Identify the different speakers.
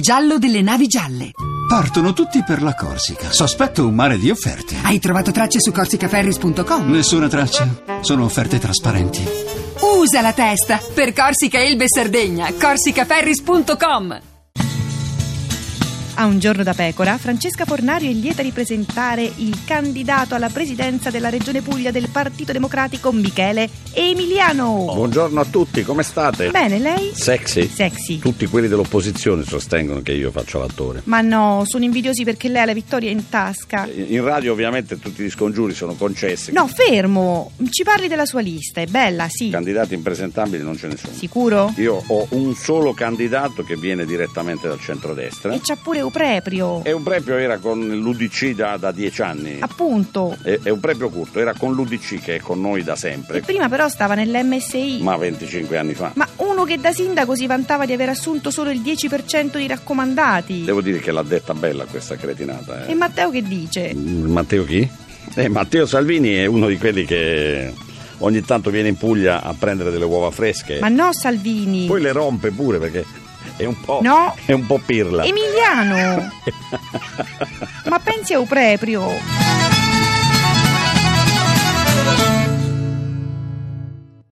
Speaker 1: giallo delle navi gialle.
Speaker 2: Partono tutti per la Corsica. Sospetto un mare di offerte.
Speaker 1: Hai trovato tracce su corsicaferris.com?
Speaker 2: Nessuna traccia. Sono offerte trasparenti.
Speaker 1: Usa la testa per Corsica Elbe e Sardegna. corsicaferris.com
Speaker 3: A un giorno da pecora, Francesca Fornario è lieta di presentare il candidato alla presidenza della Regione Puglia del Partito Democratico Michele Emiliano.
Speaker 4: Oh. Buongiorno a tutti, come state?
Speaker 3: Bene, lei?
Speaker 4: Sexy?
Speaker 3: Sexy.
Speaker 4: Tutti quelli dell'opposizione sostengono che io faccia l'attore.
Speaker 3: Ma no, sono invidiosi perché lei ha la vittoria in tasca.
Speaker 4: In radio ovviamente tutti gli scongiuri sono concessi.
Speaker 3: Ah. No, fermo, ci parli della sua lista, è bella, sì.
Speaker 4: Candidati impresentabili non ce ne sono.
Speaker 3: Sicuro?
Speaker 4: Io ho un solo candidato che viene direttamente dal centrodestra.
Speaker 3: E c'ha pure Eupreprio.
Speaker 4: E un prepio era con l'UDC da, da dieci anni.
Speaker 3: Ah. Appunto.
Speaker 4: E, è un prepio curto, era con l'UDC che è con noi da
Speaker 3: E
Speaker 4: sempre,
Speaker 3: prima però stava nell'MSI.
Speaker 4: ma 25 anni fa.
Speaker 3: Ma uno che da sindaco si vantava di aver assunto solo il 10% di raccomandati.
Speaker 4: Devo dire che l'ha detta bella questa cretinata. eh.
Speaker 3: E Matteo che dice?
Speaker 4: Mm, Matteo chi? Eh, Matteo Salvini è uno di quelli che ogni tanto viene in Puglia a prendere delle uova fresche.
Speaker 3: Ma no Salvini,
Speaker 4: Poi le rompe pure perché è un po',
Speaker 3: No.
Speaker 4: è un po pirla.
Speaker 3: Emiliano! Ma pensi a Eupreprio!